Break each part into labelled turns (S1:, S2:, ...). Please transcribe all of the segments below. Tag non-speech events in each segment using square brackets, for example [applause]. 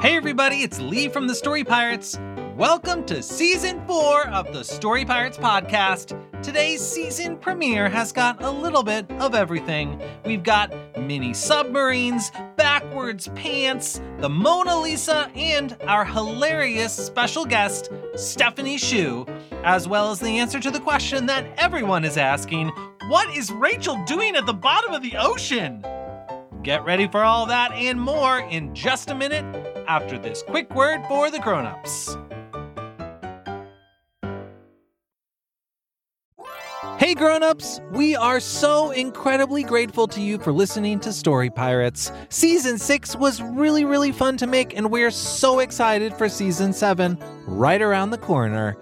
S1: Hey everybody, it's Lee from the Story Pirates. Welcome to season four of the Story Pirates podcast. Today's season premiere has got a little bit of everything. We've got mini submarines, backwards pants, the Mona Lisa, and our hilarious special guest, Stephanie Shu, as well as the answer to the question that everyone is asking what is Rachel doing at the bottom of the ocean? Get ready for all that and more in just a minute after this quick word for the grown-ups. Hey grown-ups, we are so incredibly grateful to you for listening to Story Pirates. Season 6 was really really fun to make and we're so excited for season 7 right around the corner.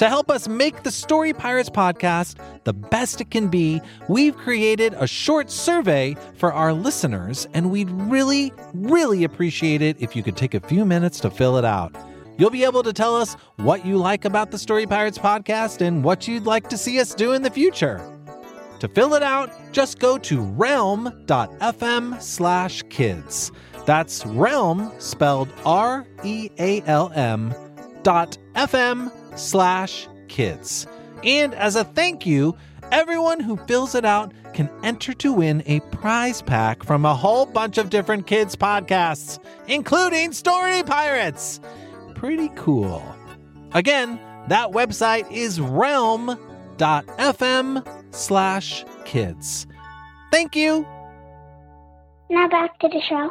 S1: To help us make the Story Pirates podcast the best it can be, we've created a short survey for our listeners, and we'd really, really appreciate it if you could take a few minutes to fill it out. You'll be able to tell us what you like about the Story Pirates podcast and what you'd like to see us do in the future. To fill it out, just go to realm.fm slash kids. That's realm spelled R E A L M dot FM slash kids. And as a thank you, everyone who fills it out can enter to win a prize pack from a whole bunch of different kids' podcasts, including Story Pirates. Pretty cool. Again, that website is realm.fm slash kids. Thank you.
S2: Now back to the show.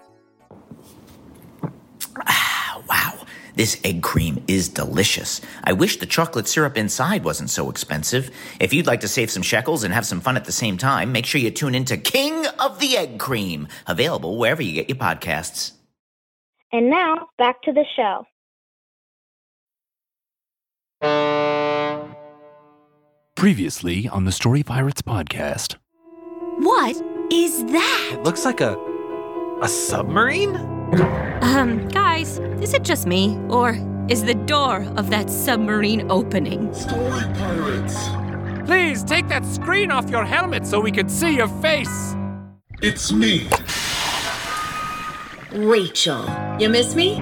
S3: Wow, this egg cream is delicious. I wish the chocolate syrup inside wasn't so expensive. If you'd like to save some shekels and have some fun at the same time, make sure you tune in to King of the Egg Cream, available wherever you get your podcasts.
S2: And now back to the show.
S4: Previously on the Story Pirates podcast.
S5: What is that?
S1: It looks like a a submarine?
S5: Um, guys, is it just me? Or is the door of that submarine opening?
S6: Story Pirates!
S7: Please take that screen off your helmet so we can see your face.
S6: It's me!
S8: Rachel. You miss me?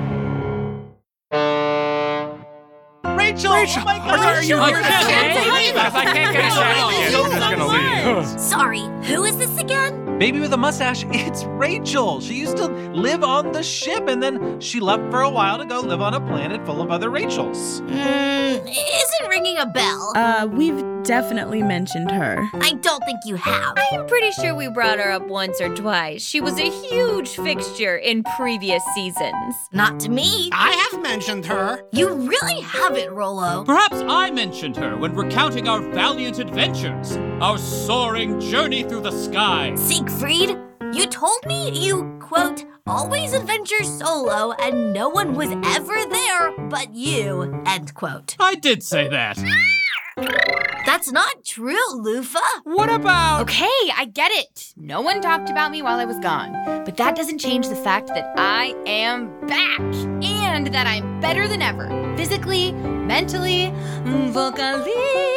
S1: Rachel, Rachel, oh my God,
S7: are you
S1: Rachel,
S7: here to
S1: can't
S7: stay?
S1: believe it.
S7: Because I can't get a shadow
S1: This
S7: yet.
S1: is so
S7: I'm just gonna leave.
S1: fun.
S8: Sorry, who is this again?
S1: Baby with a mustache, [laughs] it's Rachel. She used to live on the ship and then she left for a while to go live on a planet full of other Rachels.
S8: Mm, isn't ringing a bell.
S9: Uh, we've definitely mentioned her.
S8: I don't think you have.
S5: I'm pretty sure we brought her up once or twice. She was a huge fixture in previous seasons.
S8: Not to me.
S10: I have mentioned her.
S8: You really haven't, Rolo.
S11: Perhaps I mentioned her when recounting our valiant adventures, our soaring journey through the sky.
S8: Siegfried, you told me you, quote, always adventure solo and no one was ever there but you, end quote.
S11: I did say that.
S8: That's not true, Lufa.
S7: What about?
S12: Okay, I get it. No one talked about me while I was gone. But that doesn't change the fact that I am back and that I'm better than ever. Physically, mentally,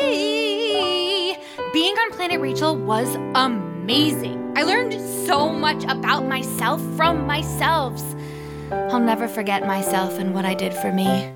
S12: vocally. Being on Planet Rachel was amazing. I learned so much about myself from myself. I'll never forget myself and what I did for me.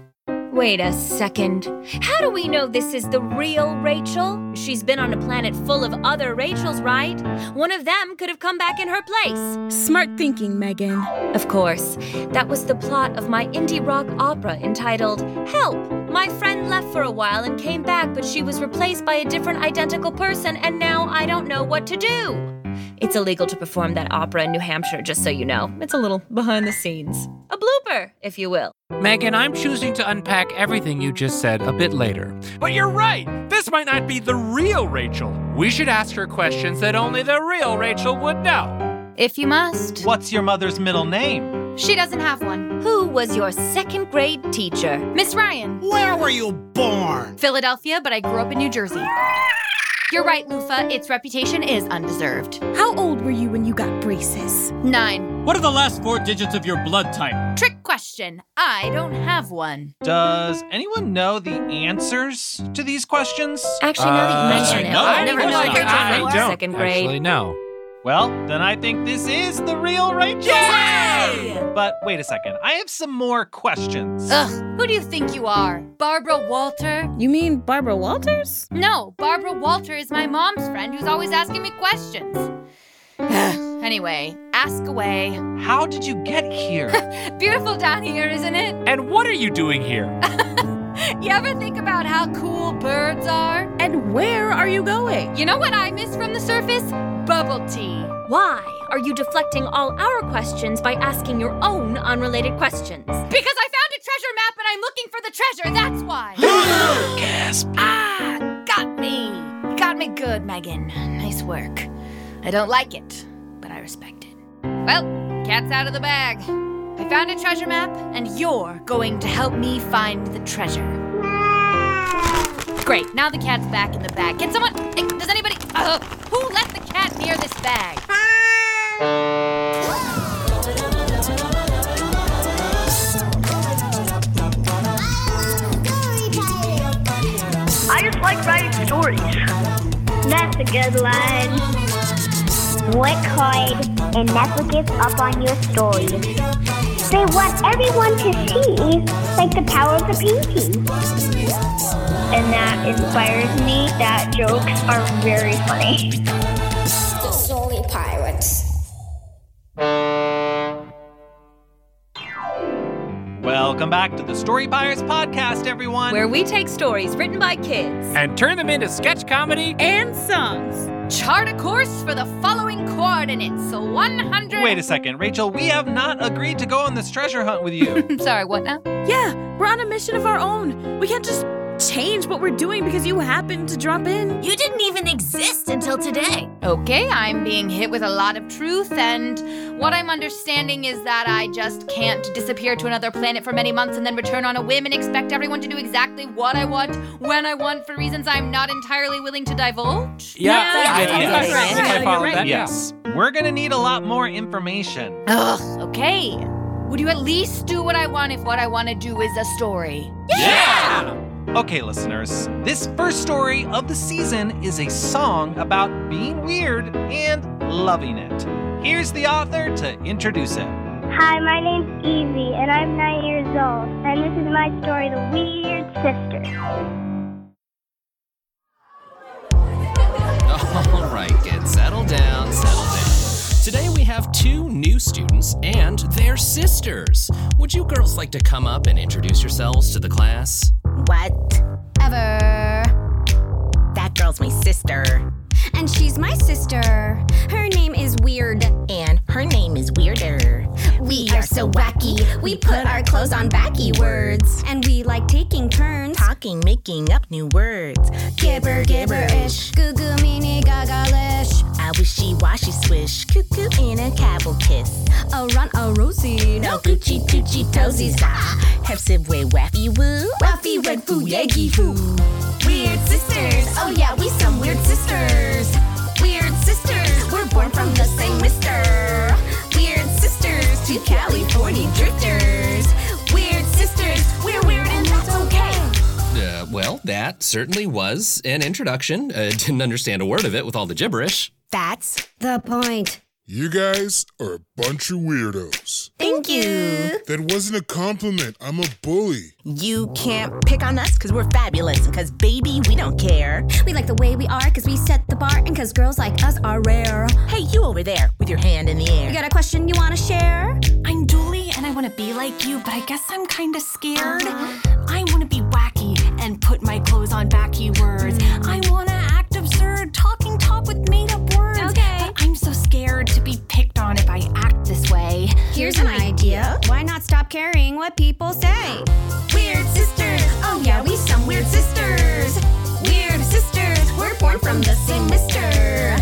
S5: Wait a second. How do we know this is the real Rachel? She's been on a planet full of other Rachels, right? One of them could have come back in her place.
S9: Smart thinking, Megan.
S5: Of course. That was the plot of my indie rock opera entitled Help! My friend left for a while and came back, but she was replaced by a different identical person, and now I don't know what to do. It's illegal to perform that opera in New Hampshire, just so you know. It's a little behind the scenes. A blooper, if you will.
S7: Megan, I'm choosing to unpack everything you just said a bit later. But you're right! This might not be the real Rachel. We should ask her questions that only the real Rachel would know.
S12: If you must.
S1: What's your mother's middle name?
S12: She doesn't have one.
S5: Who was your second grade teacher?
S12: Miss Ryan.
S10: Where were you born?
S12: Philadelphia, but I grew up in New Jersey. You're right, Lufa. Its reputation is undeserved.
S9: How old were you when you got braces?
S12: Nine.
S11: What are the last four digits of your blood type?
S12: Trick question. I don't have one.
S1: Does anyone know the answers to these questions?
S5: Actually, now that you mention it,
S11: no,
S5: I never
S11: I
S5: know
S11: don't. I
S5: Rachel
S11: don't.
S5: from second grade.
S1: Actually, no. Well, then I think this is the real Rachel.
S12: Yay!
S1: But wait a second. I have some more questions.
S12: Ugh, who do you think you are? Barbara Walter?
S9: You mean Barbara Walters?
S12: No, Barbara Walter is my mom's friend who's always asking me questions. [sighs] Ugh, anyway, ask away.
S1: How did you get here?
S12: Beautiful down here, isn't it?
S7: [laughs] And what are you doing here?
S12: You ever think about how cool birds are?
S9: And where are you going?
S12: You know what I miss from the surface? Bubble tea.
S5: Why are you deflecting all our questions by asking your own unrelated questions?
S12: Because I found a treasure map and I'm looking for the treasure, that's why.
S1: Gasp.
S12: ah, got me. You Got me good, Megan. Nice work. I don't like it, but I respect it. Well, cat's out of the bag. I found a treasure map, and you're going to help me find the treasure. Great, now the cat's back in the bag. Can someone. eh, Does anybody. Uh, who left the cat near this bag?
S13: I just like writing stories.
S2: That's a good one. Work hard and never give up on your story. They want everyone to see like the power of the painting. And that inspires me that jokes are very funny.
S14: The Story Pirates.
S1: Welcome back to the Story Buyers Podcast, everyone.
S5: Where we take stories written by kids.
S7: And turn them into sketch comedy?
S9: And songs.
S12: Chart a course for the following coordinates 100.
S1: Wait a second, Rachel. We have not agreed to go on this treasure hunt
S5: [laughs]
S1: with you.
S12: I'm sorry, what now?
S9: Yeah, we're on a mission of our own. We can't just change what we're doing because you happened to drop in.
S8: You didn't even exist until today.
S12: Okay, I'm being hit with a lot of truth, and what I'm understanding is that I just can't disappear to another planet for many months and then return on a whim and expect everyone to do exactly what I want, when I want, for reasons I'm not entirely willing to divulge.
S7: Yeah, I,
S1: I think, I
S7: I, think I followed that. yeah.
S1: Yes. We're going to need a lot more information.
S12: Ugh, okay. Would you at least do what I want if what I want to do is a story?
S1: Okay, listeners, this first story of the season is a song about being weird and loving it. Here's the author to introduce it.
S2: Hi, my name's Evie, and I'm nine years old, and this is my story, The Weird Sister.
S15: All right, kids, settle down, settle down. Today we have two new students and their sisters. Would you girls like to come up and introduce yourselves to the class?
S16: What?
S17: Ever.
S16: That girl's my sister.
S17: And she's my sister. Her name is Weird.
S16: And her name is Weirder.
S17: We are so wacky. We put our clothes on wacky words. And we like taking turns.
S16: Talking, making up new words.
S17: Gibber, gibberish. Goo goo meanie gagalish.
S16: I wishy washy swish. Cuckoo in a cowbell kiss.
S17: A run a rosy.
S16: No Gucci, Gucci, toesies. Ah, have subway waffy woo.
S17: Waffy wed foo yaggy foo. Weird sisters. Oh yeah, we some weird sisters. Weird sisters. We're born from the same mister. Weird sisters. Two California drifters. Weird sisters. We're weird and that's okay.
S15: Uh, well, that certainly was an introduction. Uh, didn't understand a word of it with all the gibberish.
S17: That's the point.
S6: You guys are a bunch of weirdos.
S17: Thank you.
S6: That wasn't a compliment. I'm a bully.
S16: You can't pick on us because we're fabulous. Because, baby, we don't care.
S17: We like the way we are because we set the bar and because girls like us are rare.
S16: Hey, you over there with your hand in the
S17: You
S16: air.
S17: got a question you want to share?
S18: I'm Dooley and I want to be like you, but I guess I'm kind of scared. I want to be wacky and put my clothes on wacky words. I want to act absurd, talking top with made up words.
S17: Okay.
S18: But I'm so scared
S19: idea. Why not stop caring what people say?
S17: Weird sisters, oh yeah, we some weird sisters. Weird sisters, we're born from the same mister.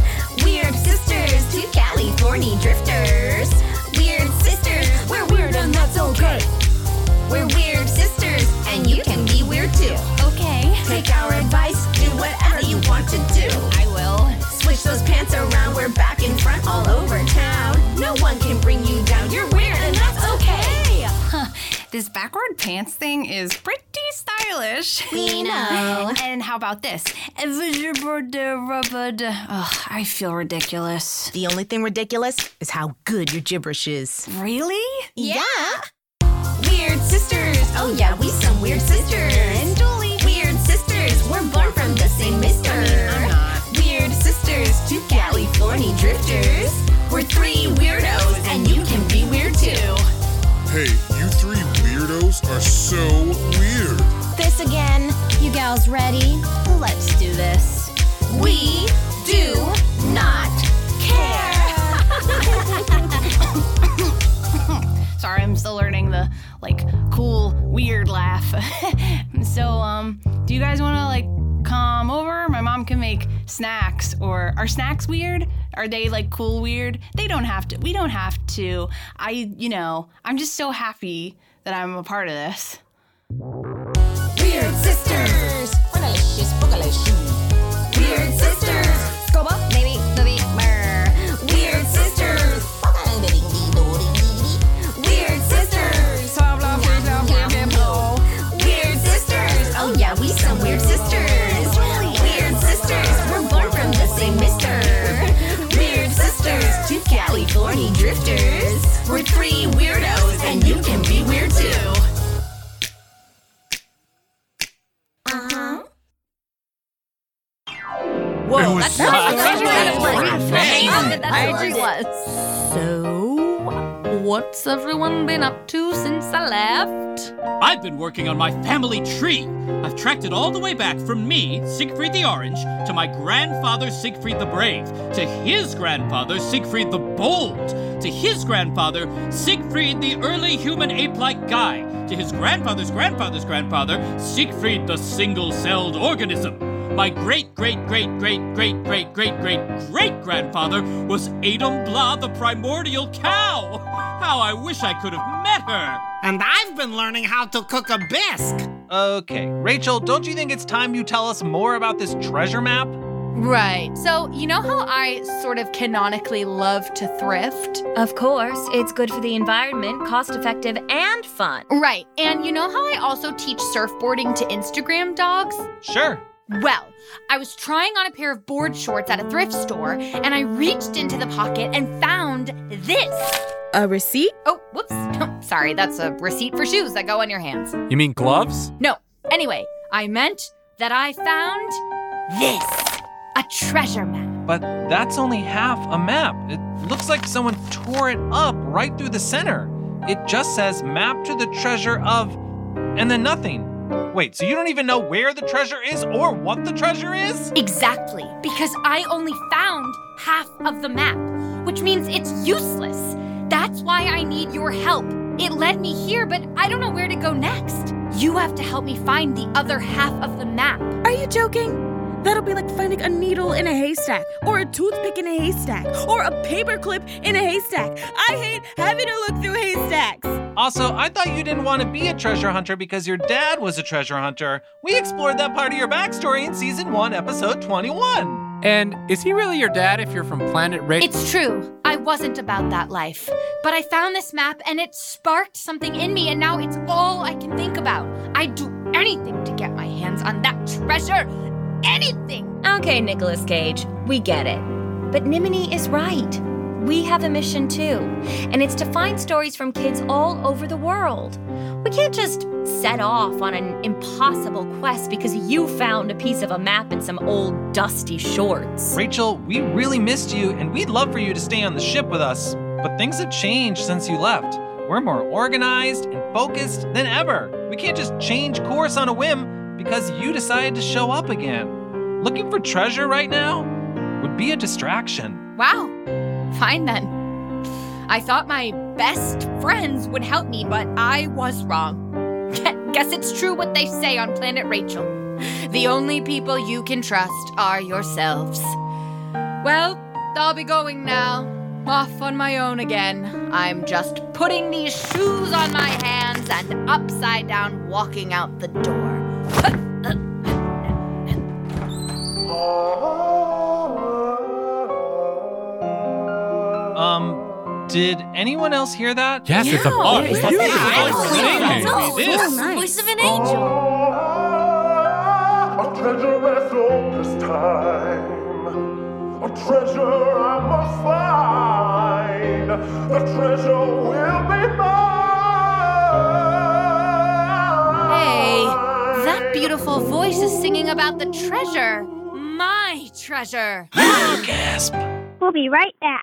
S17: Weird sisters, two California drifters. Weird sisters, we're weird and that's okay. We're weird sisters, and you can be weird too.
S19: Okay.
S17: Take our advice, do whatever you want to do.
S19: I will.
S17: Switch those pants around, we're back in front all over town. No one can bring you down, you're weird and that's okay.
S18: Huh. [laughs] This backward pants thing is pretty stylish.
S19: We know.
S18: [laughs] and how about this? Ugh, I feel ridiculous.
S16: The only thing ridiculous is how good your gibberish is.
S18: Really?
S16: Yeah.
S17: Weird sisters, oh yeah, we some weird sisters.
S19: Julie.
S17: Weird sisters, we're born from the same mister.
S16: I'm not.
S17: Weird sisters, two California drifters. We're three weirdos, and you can be weird too.
S6: Hey, you three weirdos are so weird.
S19: This again. You gals ready? Let's do this.
S17: We do not
S19: [laughs]
S17: care.
S18: Sorry, I'm still learning the like cool weird laugh. [laughs] so, um, do you guys want to like come over? My mom can make snacks. Or are snacks weird? Are they like cool weird? They don't have to. We don't have to. I, you know, I'm just so happy that I'm a part of this.
S17: Weird sisters.
S14: Bogalicious, bogalicious.
S17: Weird sisters.
S19: Scoba, maybe, maybe, brr.
S17: Weird sisters. Weird sisters.
S19: Blah, blah, blah, blah, blah, blah, blah.
S17: Weird sisters. Oh yeah, we some weird sisters. Weird sisters. We're born from the same mister. Weird sisters. Two California drifters. We're three weirdos, and you can be weird too.
S20: Oh,
S12: Whoa,
S17: It was
S12: that's not
S17: such a
S12: that's
S17: great
S12: not-
S17: thing.
S12: That's
S17: I
S12: what it was. So, what's everyone been up to since I left?
S11: I've been working on my family tree. I've tracked it all the way back from me, Siegfried the Orange, to my grandfather Siegfried the Brave, to his grandfather Siegfried the Bold, to his grandfather Siegfried the early human ape like guy, to his grandfather's grandfather's grandfather Siegfried the single celled organism. My great great great great great great great great great grandfather was Adam Blah the primordial cow. How I wish I could have met her.
S10: And I've been learning how to cook a bisque.
S1: Okay, Rachel, don't you think it's time you tell us more about this treasure map?
S12: Right. So, you know how I sort of canonically love to thrift?
S5: Of course, it's good for the environment, cost effective, and fun.
S12: Right. And you know how I also teach surfboarding to Instagram dogs?
S1: Sure.
S12: Well, I was trying on a pair of board shorts at a thrift store, and I reached into the pocket and found this. [laughs]
S9: A receipt?
S12: Oh, whoops. Sorry, that's a receipt for shoes that go on your hands.
S7: You mean gloves?
S12: No, anyway, I meant that I found this a treasure map.
S1: But that's only half a map. It looks like someone tore it up right through the center. It just says map to the treasure of, and then nothing. Wait, so you don't even know where the treasure is or what the treasure is?
S12: Exactly, because I only found half of the map, which means it's useless. That's why I need your help. It led me here, but I don't know where to go next. You have to help me find the other half of the map.
S9: Are you joking? That'll be like finding a needle in a haystack, or a toothpick in a haystack, or a paperclip in a haystack. I hate having to look through haystacks.
S1: Also, I thought you didn't want to be a treasure hunter because your dad was a treasure hunter. We explored that part of your backstory in season 1, episode 21.
S7: And is he really your dad if you're from Planet Rachel?
S12: It's true. I wasn't about that life. But I found this map and it sparked something in me, and now it's all I can think about. I'd do anything to get my hands on that treasure. Anything!
S5: Okay, Nicolas Cage, we get it. But Nimini is right. We have a mission too, and it's to find stories from kids all over the world. We can't just set off on an impossible quest because you found a piece of a map in some old dusty shorts.
S1: Rachel, we really missed you and we'd love for you to stay on the ship with us, but things have changed since you left. We're more organized and focused than ever. We can't just change course on a whim because you decided to show up again. Looking for treasure right now would be a distraction.
S12: Wow. Fine then. I thought my best friends would help me, but I was wrong. [laughs] Guess it's true what they say on Planet Rachel. The only people you can trust are yourselves. Well, I'll be going now. Off on my own again. I'm just putting these shoes on my hands and upside down walking out the door.
S1: Um, did anyone else hear that?
S11: Yes, it's a Yeah, bug.
S20: it's Beautiful. Oh,
S11: This.
S20: nice. Voice of an angel.
S13: A treasure as old as time. A treasure I must find. The treasure will be mine.
S12: Hey, that beautiful voice is singing about the treasure. My treasure.
S1: Gasp.
S2: We'll be right back.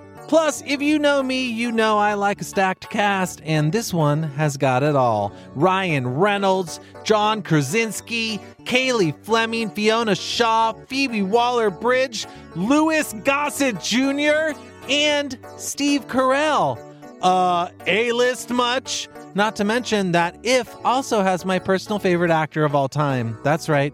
S1: Plus, if you know me, you know I like a stacked cast, and this one has got it all. Ryan Reynolds, John Krasinski, Kaylee Fleming, Fiona Shaw, Phoebe Waller Bridge, Louis Gossett Jr., and Steve Carell. Uh, A list much? Not to mention that If also has my personal favorite actor of all time. That's right,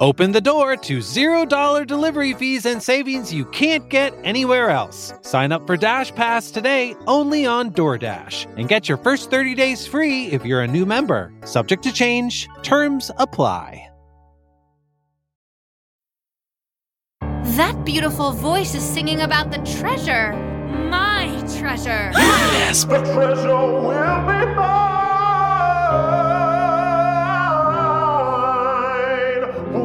S1: Open the door to $0 delivery fees and savings you can't get anywhere else. Sign up for Dash Pass today only on DoorDash and get your first 30 days free if you're a new member. Subject to change, terms apply.
S12: That beautiful voice is singing about the treasure. My treasure.
S13: The treasure will be mine. Ooh.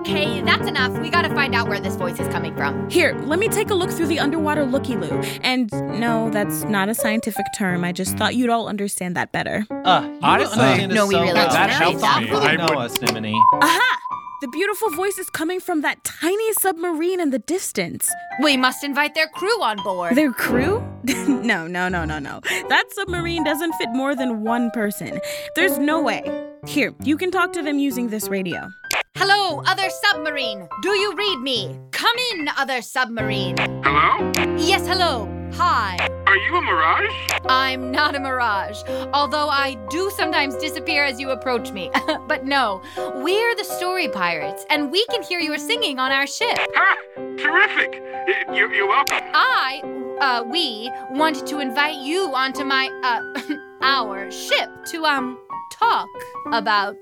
S12: Okay, that's enough. We gotta find out where this voice is coming from.
S9: Here, let me take a look through the underwater looky loo. And no, that's not a scientific term. I just thought you'd all understand that better.
S1: Uh, you
S11: Honestly,
S1: understand us
S12: no, we
S1: so
S12: really
S1: well.
S12: don't. That helps
S1: You
S12: me.
S1: really
S11: I
S1: know
S11: would-
S1: us, Nimini.
S9: Aha! The beautiful voice is coming from that tiny submarine in the distance.
S12: We must invite their crew on board.
S9: Their crew? [laughs] no, no, no, no, no. That submarine doesn't fit more than one person. There's no way. Here, you can talk to them using this radio.
S12: Hello, other submarine. Do you read me? Come in, other submarine.
S21: Hello?
S12: Yes, hello. Hi.
S21: Are you a mirage?
S12: I'm not a mirage, although I do sometimes disappear as you approach me. [laughs] but no, we're the story pirates, and we can hear your singing on our ship.
S21: Ha! Terrific! Y- You, you're welcome.
S12: I, uh, we wanted to invite you onto my, uh, [laughs] our ship to, um, talk about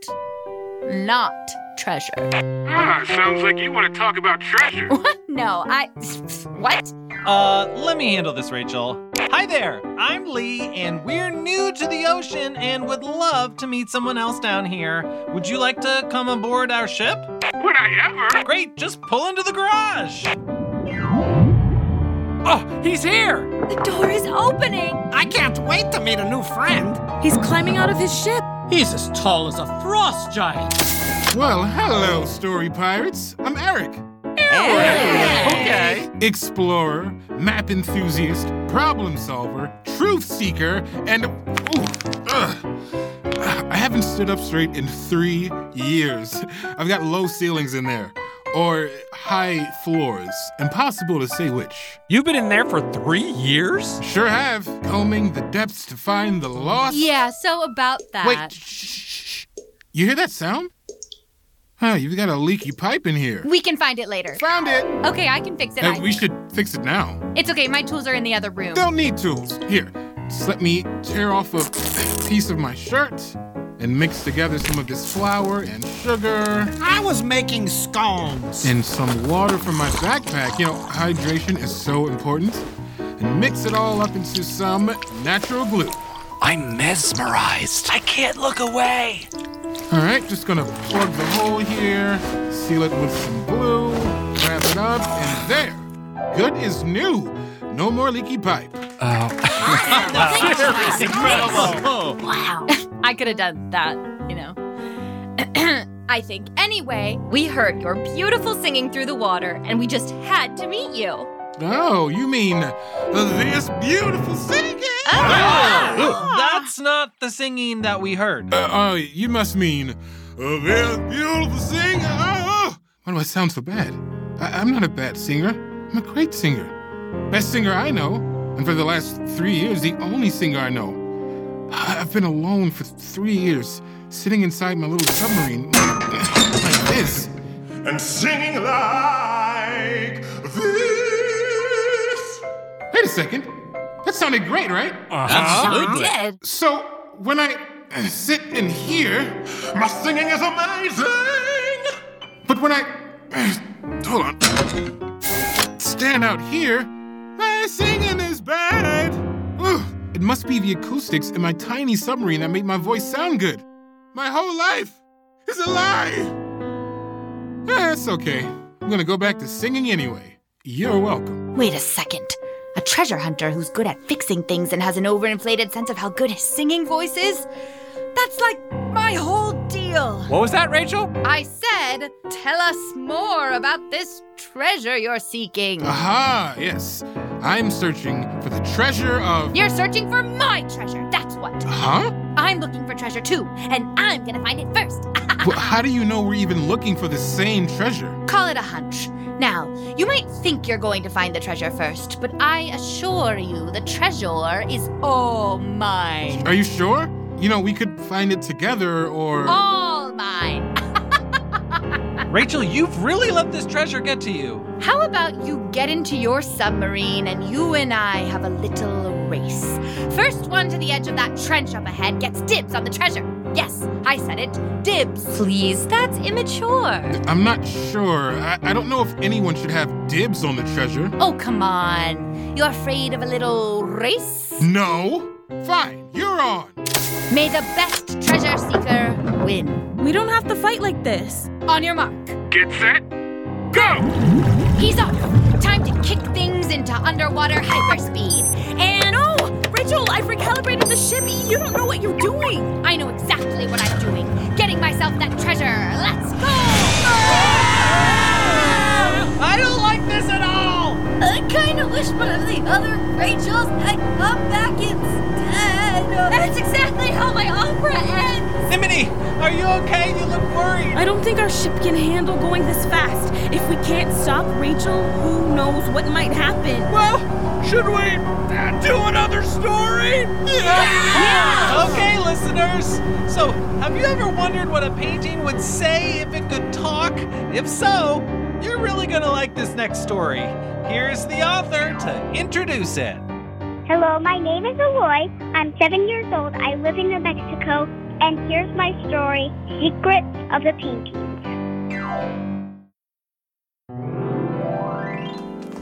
S12: not [laughs] treasure.
S21: Ah, sounds like you want to talk about treasure.
S12: no, I, [laughs] what?
S1: Uh, let me handle this, Rachel. Hi there, I'm Lee, and we're new to the ocean and would love to meet someone else down here. Would you like to come aboard our ship?
S21: Would I ever?
S1: Great, just pull into the garage.
S7: Oh, he's here!
S10: The door is opening! I can't wait to meet a new friend. He's climbing out of his ship.
S11: He's as tall as a frost giant.
S6: Well, hello, story pirates. I'm Eric.
S21: Eric!
S6: Okay. Explorer, map enthusiast, problem solver, truth seeker, and. Ooh, ugh. I haven't stood up straight in three years. I've got low ceilings in there, or high floors. Impossible to say which.
S7: You've been in there for three years?
S6: Sure have. Combing the depths to find the lost.
S12: Yeah, so about that.
S6: Wait, You hear that sound? Huh, you've got a leaky pipe in here.
S12: We can find it later.
S6: Found it.
S12: Okay, I can fix it.
S6: Now,
S12: I-
S6: we should fix it now.
S12: It's okay. My tools are in the other room.
S6: Don't need tools. Here, just let me tear off a piece of my shirt and mix together some of this flour and sugar
S10: I was making scones.
S6: and some water from my backpack. You know, hydration is so important. And mix it all up into some natural glue.
S4: I'm mesmerized.
S7: I can't look away.
S6: All right, just gonna plug the hole here, seal it with some glue, wrap it up, and there. Good is new. No more leaky pipe.
S12: Wow.
S6: Seriously, incredible.
S12: Wow. [laughs] I could have done that, you know. [clears throat] I think. Anyway, we heard your beautiful singing through the water, and we just had to meet you.
S6: Oh, you mean uh, this beautiful singing?
S1: [gasps]
S12: Oh,
S1: That's not the singing that we heard.
S6: Uh, uh, you must mean this beautiful singer.
S21: uh-huh.
S6: Oh, Why do I sound so bad? I- I'm not a bad singer. I'm a great singer. Best singer I know. And for the last three years, the only singer I know. I- I've been alone for three years, sitting inside my little submarine like this.
S21: And singing like this.
S6: Wait a second. That sounded great, right?
S21: Uh-huh. Absolutely. Sure
S6: did. So when I uh, sit in here, my singing is amazing. But when I [clears throat] hold on, stand out here, my singing is bad. Ugh. It must be the acoustics in my tiny submarine that made my voice sound good. My whole life is a lie. That's okay. I'm gonna go back to singing anyway. You're welcome.
S17: Wait a second. A treasure hunter who's good at fixing things and has an overinflated sense of how good his singing voice is?
S12: That's like my whole deal.
S7: What was that, Rachel?
S12: I said, tell us more about this treasure you're seeking.
S6: Aha, yes. I'm searching for the treasure of. Uh-huh.
S12: You're searching for my treasure, that's what.
S6: Huh?
S12: I'm looking for treasure too, and I'm gonna find it first.
S6: Well, how do you know we're even looking for the same treasure?
S12: Call it a hunch. Now, you might think you're going to find the treasure first, but I assure you the treasure is all mine.
S6: Are you sure? You know, we could find it together or.
S12: All mine.
S1: Rachel, you've really let this treasure get to you.
S12: How about you get into your submarine and you and I have a little race? First one to the edge of that trench up ahead gets dibs on the treasure. Yes, I said it. Dibs. Please, that's immature.
S6: I'm not sure. I, I don't know if anyone should have dibs on the treasure.
S12: Oh, come on. You're afraid of a little race?
S6: No. Fine, you're on.
S12: May the best treasure seeker win.
S9: We don't have to fight like this.
S12: On your mark.
S21: Get set, go!
S12: He's on. Time to kick things into underwater hyperspeed. And oh, Rachel, I've recalibrated the ship. You don't know what you're doing. I know exactly what I'm doing. Getting myself that treasure. Let's go.
S10: I don't like this at all!
S8: I kind of wish one of the other Rachels had come back instead.
S12: That's exactly how my opera ends.
S1: Nimini,
S9: Are you okay? You look worried. I don't think our ship can handle going this fast. If we can't stop Rachel, who knows what might happen? Well, should we do another story?
S1: Yeah! Okay, listeners. So, have you ever wondered what a painting would say if it could talk? If so, you're really going to like this next story. Here's the author to introduce it.
S2: Hello, my name is Aloy. I'm seven years old. I live in New Mexico. And here's my story Secrets of the Paintings.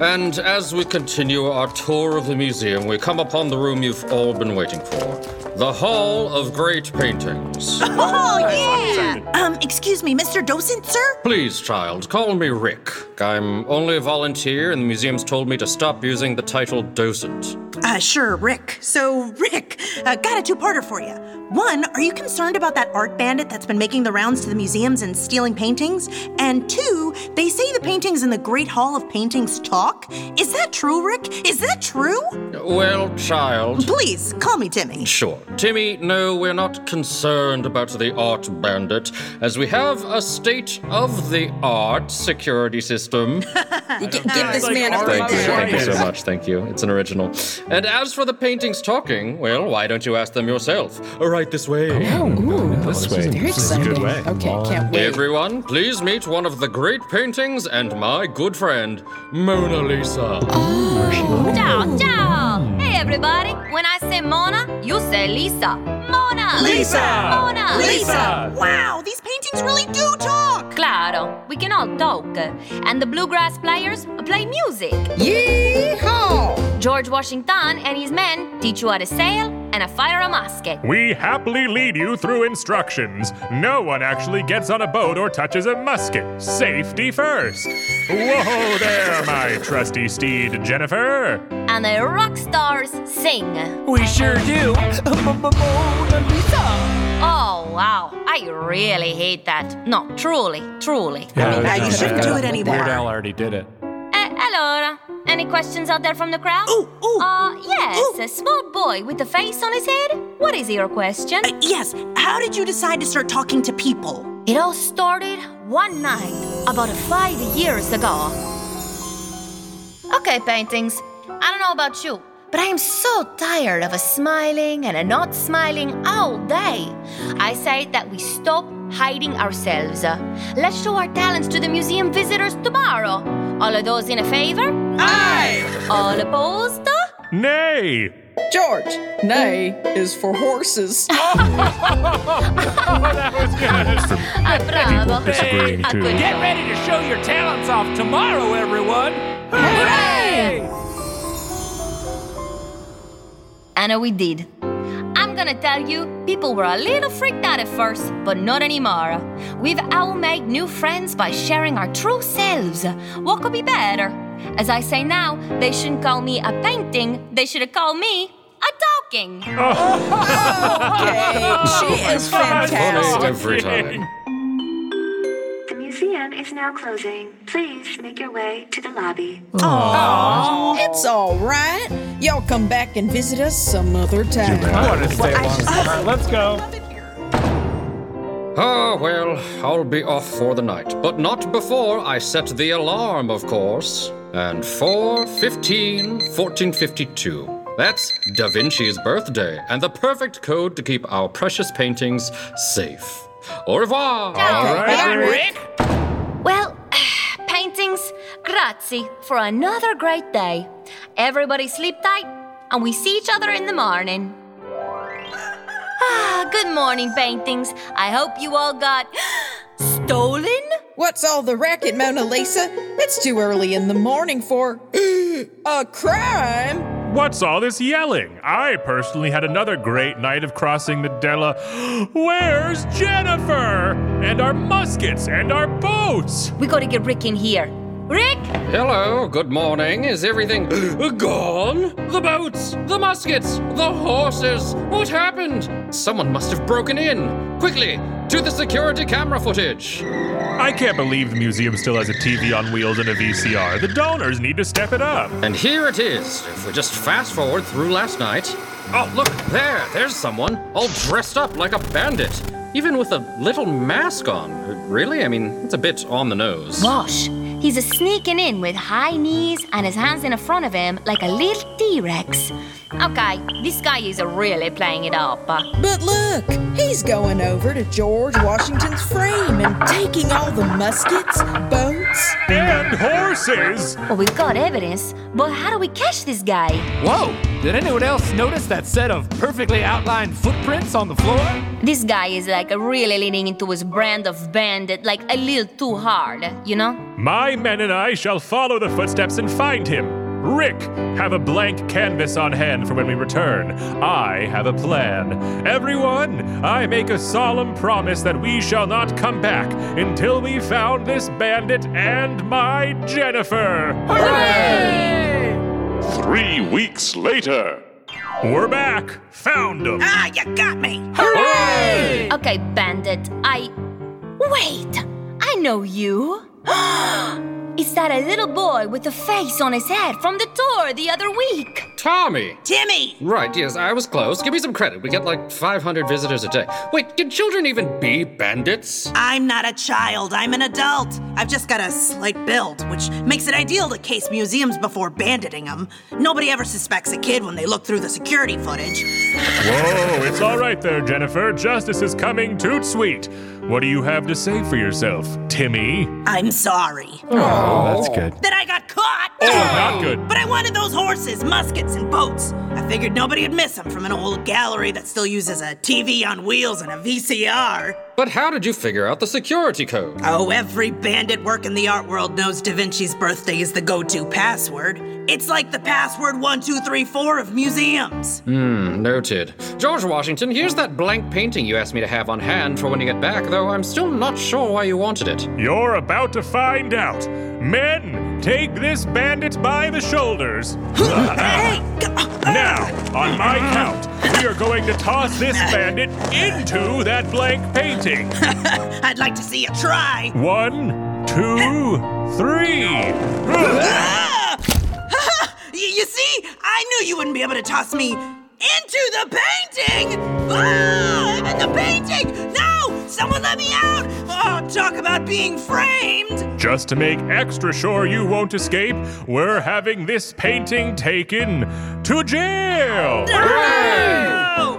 S22: And as we continue our tour of the museum, we come upon the room you've all been waiting for the Hall of Great Paintings.
S16: Oh, yeah! Um, excuse me, Mr. Docent, sir?
S22: Please, child, call me Rick. I'm only a volunteer, and the museum's told me to stop using the title docent.
S16: Uh, sure, Rick. So, Rick, uh, got a two parter for you. One, are you concerned about that art bandit that's been making the rounds to the museums and stealing paintings? And two, they say the paintings in the Great Hall of Paintings talk. Is that true, Rick? Is that true?
S22: Well, child.
S16: [laughs] Please, call me Timmy.
S22: Sure. Timmy, no, we're not concerned about the art bandit, as we have a state of the art security system.
S23: [laughs]
S16: Get, get this man off
S22: Thank you, thank you
S16: the
S22: so much, thank you. It's an original. And as for the paintings talking, well, why don't you ask them yourself? Right this way. this way.
S14: This is a good way. Okay, can't wait.
S22: Everyone, please meet one of the great paintings and my good friend, Mona Lisa.
S5: Ciao, ciao! Hey, everybody. When I say Mona, you say Lisa. Mona!
S16: Lisa!
S5: Mona!
S16: Lisa! Wow, these paintings really do talk!
S5: Claro, we can all talk. And the bluegrass players play music.
S16: Yeehaw!
S5: George Washington and his men teach you how to sail and a fire a musket.
S20: We happily lead you through instructions. No one actually gets on a boat or touches a musket. Safety first. Whoa there, my trusty steed, Jennifer.
S5: And the rock stars sing.
S20: We sure do.
S5: Oh, wow. I really hate that. No, truly, truly.
S7: you
S16: shouldn't do it anymore.
S7: Weird Al already did [laughs] it.
S5: Uh, allora, any questions out there from the crowd? Ooh, ooh. Uh, yes, a small boy with a face on his head. What is your question?
S16: Uh, yes, how did you decide to start talking to people?
S5: It all started one night, about five years ago. Okay, paintings. I don't know about you, but I am so tired of a smiling and a not smiling all day. I say that we stop hiding ourselves. Let's show our talents to the museum visitors tomorrow. All of those in a favor? Aye! All opposed?
S20: Nay.
S23: George, nay is for
S24: [laughs]
S23: horses. [laughs]
S20: that was good.
S5: Ah, bravo.
S20: disagreeing,
S5: Ah,
S20: too.
S5: good
S7: Get
S5: job.
S7: ready to show your talents off tomorrow, everyone! Hooray!
S5: And we did. I'm gonna tell you, people were a little freaked out at first, but not anymore. We've all made new friends by sharing our true selves. What could be better? As I say now, they shouldn't call me a painting, they should call me a talking.
S23: Okay,
S1: [laughs]
S23: she
S22: Almost
S23: is fantastic.
S22: every time.
S24: The museum is now closing. Please make your way to the lobby.
S23: Aw, it's all right. Y'all come back and visit us some other time.
S20: Let's go.
S22: Ah, well, I'll be off for the night, but not before I set the alarm, of course. And 4 15 1452. That's Da Vinci's birthday, and the perfect code to keep our precious paintings safe. Au revoir!
S5: All right, Rick. Well, [sighs] paintings, grazie for another great day. Everybody sleep tight, and we see each other in the
S20: [laughs]
S5: morning. Ah, good morning, paintings. I hope you all got stolen.
S23: What's all the racket, Mona Lisa? It's too early in the morning for [gasps] a crime.
S20: What's all this yelling? I personally had another great night of crossing the Della. [gasps] Where's Jennifer? And our [gasps] muskets and our boats.
S5: We gotta get Rick in here. Rick?
S22: Hello, good morning. Is everything [gasps] gone? The boats, the muskets, the horses. What happened? Someone must have broken in. Quickly, to the security camera footage.
S20: I can't believe the museum still has a TV on wheels and a VCR. The donors need to step it up.
S22: And here it is. If we just fast forward through last night. Oh, look, there, there's someone, all dressed up like a bandit. Even with a little mask on. Really? I mean, it's a bit on the nose.
S5: Gosh, he's a sneaking in with high knees and his hands in front of him like a little T Rex. Okay, this guy is really playing it up. uh.
S23: But look, he's going over to George Washington's frame and taking all the muskets, boats,
S20: and horses.
S5: Well, we've got evidence, but how do we catch this guy?
S7: Whoa! Did anyone else notice that set of perfectly outlined footprints on the floor?
S5: This guy is like really leaning into his brand of bandit like a little too hard, you know?
S20: My men and I shall follow the footsteps and find him. Rick, have a blank canvas on hand for when we return. I have a plan. Everyone, I make a solemn promise that we shall not come back until we found this bandit and my Jennifer.
S3: Three weeks later.
S20: We're back. Found him.
S3: Ah,
S24: you got me.
S5: Hooray! Okay, bandit, I. Wait! I know you! [gasps] Is that a little boy with a face on his head from the tour the other week?
S22: Tommy!
S24: Timmy!
S22: Right, yes, I was close. Give me some credit. We get like 500 visitors a day. Wait, can children even be bandits?
S16: I'm not a child, I'm an adult. I've just got a slight build, which makes it ideal to case museums before banditing them. Nobody ever suspects a kid when they look through the security footage.
S20: Whoa, it's all right there, Jennifer. Justice is coming toot sweet. What do you have to say for yourself, Timmy?
S16: I'm sorry.
S20: Oh, that's good.
S16: That I got caught!
S20: Oh, not good.
S16: But I wanted those horses, muskets, and boats. I figured nobody would miss them from an old gallery that still uses a TV on wheels and a VCR.
S22: But how did you figure out the security code?
S16: Oh, every bandit working the art world knows Da Vinci's birthday is the go to password. It's like the password 1234 of museums.
S22: Hmm, noted. George Washington, here's that blank painting you asked me to have on hand for when you get back, though I'm still not sure why you wanted it.
S20: You're about to find out. Men, take this bandit by the shoulders. now, on my count, we are going to toss this
S16: [laughs]
S20: bandit into that blank painting.
S16: [laughs] I'd like to see you try.
S20: One, two, three.
S16: Y- you see, I knew you wouldn't be able to toss me into the painting! Ah, I'm in the painting! No! Someone let me out! Oh, talk about being framed!
S20: Just to make extra sure you won't escape, we're having this painting taken to jail.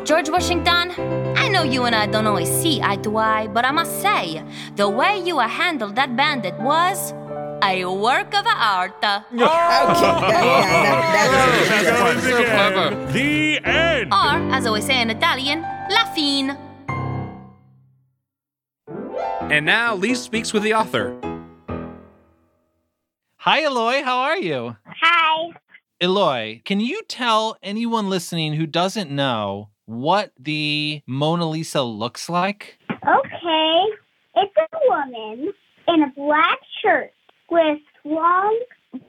S5: George Washington, I know you and I don't always see eye to eye, but I must say, the way you handled that bandit was a work of art.
S22: [laughs] So clever.
S20: The end!
S5: Or, as I always say in Italian, la fine.
S7: And now Lee speaks with the author.
S1: Hi, Eloy. How are you?
S2: Hi.
S1: Eloy, can you tell anyone listening who doesn't know what the Mona Lisa looks like?
S2: Okay. It's a woman in a black shirt with long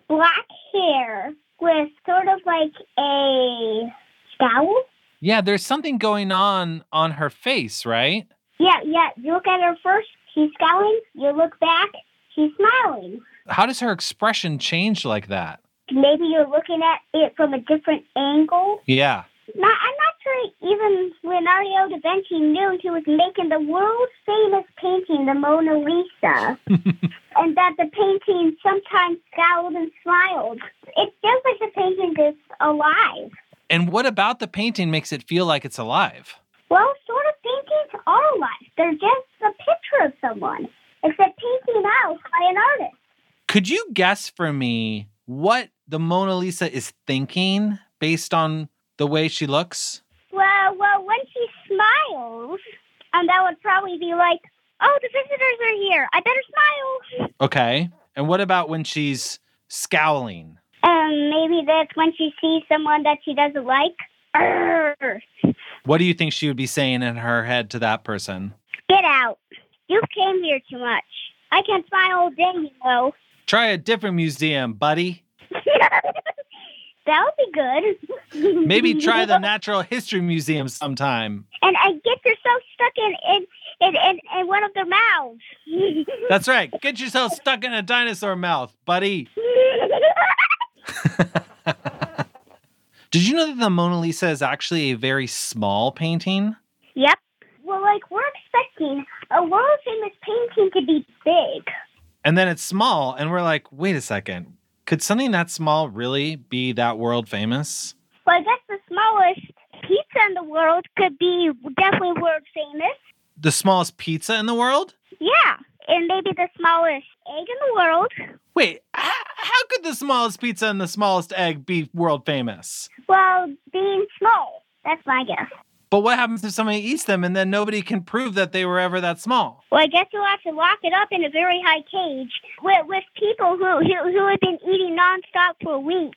S2: black hair with sort of like a scowl.
S1: Yeah, there's something going on on her face, right?
S2: Yeah, yeah. You look at her first, she's scowling. You look back, she's smiling.
S1: How does her expression change like that?
S2: Maybe you're looking at it from a different angle.
S1: Yeah.
S2: Not, I'm not sure even Leonardo da Vinci knew he was making the world famous painting, the Mona Lisa, and that the painting sometimes scowled and smiled. It feels like the painting is alive.
S1: And what about the painting makes it feel like it's alive?
S2: Well, sort of paintings are alive. They're just a picture of someone, except painting out by an artist.
S1: Could you guess for me what the Mona Lisa is thinking based on the way she looks?
S2: Well, well, when she smiles, and that would probably be like, oh, the visitors are here. I better smile.
S1: Okay. And what about when she's scowling?
S2: Um, maybe that's when she sees someone that she doesn't like. Arr,
S1: What do you think she would be saying in her head to that person?
S2: get out. You came here too much. I can smile all day, you know.
S1: Try a different museum, buddy.
S2: that would be good.
S1: Maybe try
S2: [laughs]
S1: the Natural History Museum sometime.
S2: And and get yourself stuck in in in, in, in one of their mouths. [laughs]
S1: That's right. Get yourself stuck in a dinosaur mouth, buddy. Did you know that the Mona Lisa is actually a very small painting?
S2: yep. Well, like we're expecting a world famous painting to be big.
S1: And then it's small, and we're like, wait a second. Could something that small really be that world famous?
S2: Well, I guess the smallest pizza in the world could be definitely world famous.
S1: The smallest pizza in the world?
S2: Yeah, and maybe the smallest egg in the world.
S1: Wait, h- how could the smallest pizza and the smallest egg be world famous?
S2: Well, being small. That's my guess.
S1: But what happens if somebody eats them and then nobody can prove that they were ever that small?
S2: Well, I guess you'll have to lock it up in a very high cage with, with people who, who who have been eating nonstop for a week.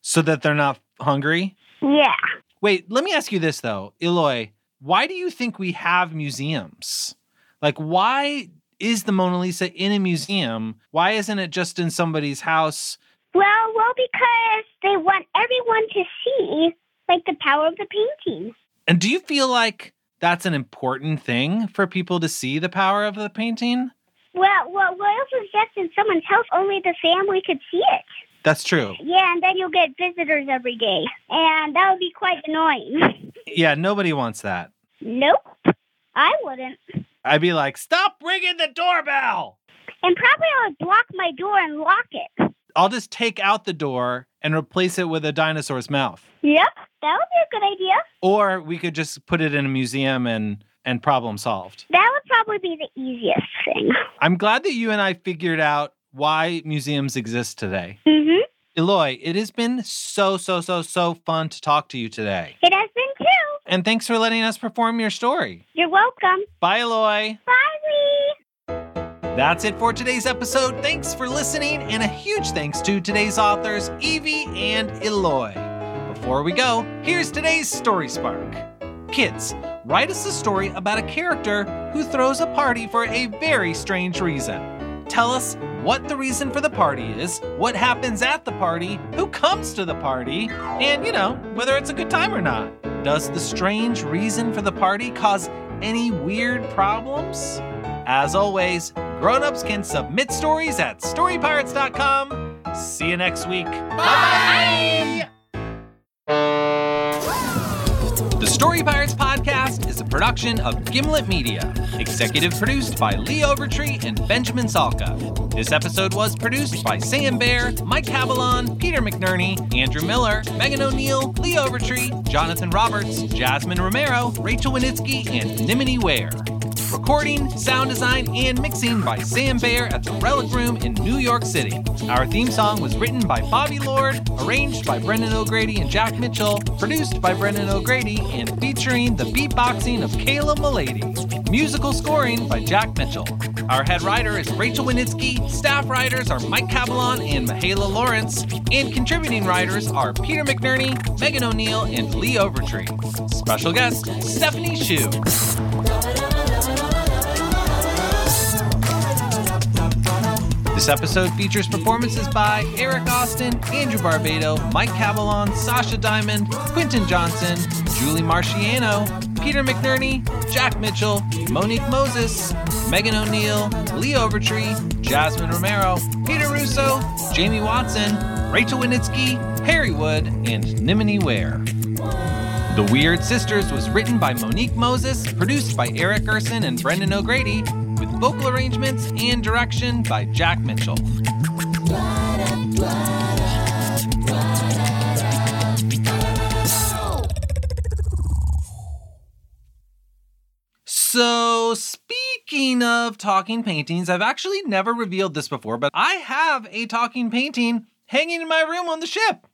S1: So that they're not hungry?
S2: Yeah.
S1: Wait, let me ask you this though, Eloy. Why do you think we have museums? Like, why is the Mona Lisa in a museum? Why isn't it just in somebody's house?
S2: Well, well, because they want everyone to see like the power of the painting.
S1: And do you feel like that's an important thing for people to see the power of the painting?
S2: Well, well, well, if it's just in someone's house, only the family could see it.
S1: That's true.
S2: Yeah, and then you'll get visitors every day, and that would be quite annoying.
S1: Yeah, nobody wants that.
S2: nope, I wouldn't.
S1: I'd be like, stop ringing the doorbell.
S2: And probably I would block my door and lock it.
S1: I'll just take out the door and replace it with a dinosaur's mouth.
S2: Yep, that would be a good idea.
S1: Or we could just put it in a museum and and problem solved.
S2: That would probably be the easiest thing.
S1: I'm glad that you and I figured out why museums exist today.
S2: Mm-hmm.
S1: Eloy, it has been so, so, so, so fun to talk to you today.
S2: It has been too.
S1: And thanks for letting us perform your story.
S2: You're welcome.
S1: Bye, Eloy.
S2: Bye, Lee.
S1: That's it for today's episode. Thanks for listening, and a huge thanks to today's authors, Evie and Eloy. Before we go, here's today's Story Spark. Kids, write us a story about a character who throws a party for a very strange reason. Tell us what the reason for the party is, what happens at the party, who comes to the party, and, you know, whether it's a good time or not. Does the strange reason for the party cause any weird problems? As always, grown-ups can submit stories at storypirates.com. See you next week. Bye. The Story Pirates podcast is a production of Gimlet Media, executive produced by Lee Overtree and Benjamin Salka. This episode was produced by Sam Bear, Mike Havilon, Peter McNerney, Andrew Miller, Megan O'Neill, Lee Overtree, Jonathan Roberts, Jasmine Romero, Rachel Winitsky, and Nimini Ware. Recording, sound design, and mixing by Sam Baer at the Relic Room in New York City. Our theme song was written by Bobby Lord, arranged by Brendan O'Grady and Jack Mitchell, produced by Brendan O'Grady, and featuring the beatboxing of Kayla Milady. Musical scoring by Jack Mitchell. Our head writer is Rachel Winitsky, staff writers are Mike Cabalon and Mihaela Lawrence, and contributing writers are Peter McNerney, Megan O'Neill, and Lee Overtree. Special guest, Stephanie Shu. This episode features performances by Eric Austin, Andrew Barbado, Mike Cabalon, Sasha Diamond, Quinton Johnson, Julie Marciano, Peter McNerney, Jack Mitchell, Monique Moses, Megan O'Neill, Lee Overtree, Jasmine Romero, Peter Russo, Jamie Watson, Rachel Winitsky, Harry Wood, and Nimini Ware. The Weird Sisters was written by Monique Moses, produced by Eric Gerson and Brendan O'Grady, with vocal arrangements and direction by Jack Mitchell. So, speaking of talking paintings, I've actually never revealed this before, but I have a talking painting hanging in my room on the ship.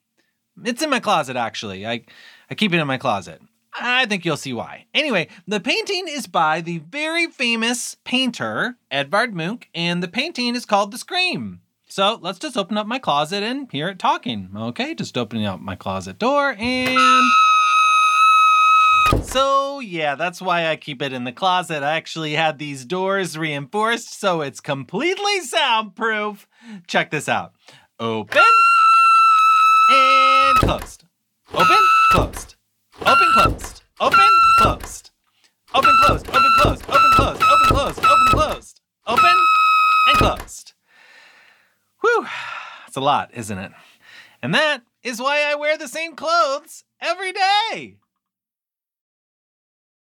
S1: It's in my closet, actually. I, I keep it in my closet. I think you'll see why. Anyway, the painting is by the very famous painter Edvard Munch, and the painting is called The Scream. So let's just open up my closet and hear it talking. Okay, just opening up my closet door and. So, yeah, that's why I keep it in the closet. I actually had these doors reinforced so it's completely soundproof. Check this out open and closed. Open, closed. Open, closed. Open, closed. Open, closed. Open, closed. Open, closed. Open, closed. Open, closed. Open and closed. Whew, it's a lot, isn't it? And that is why I wear the same clothes every day.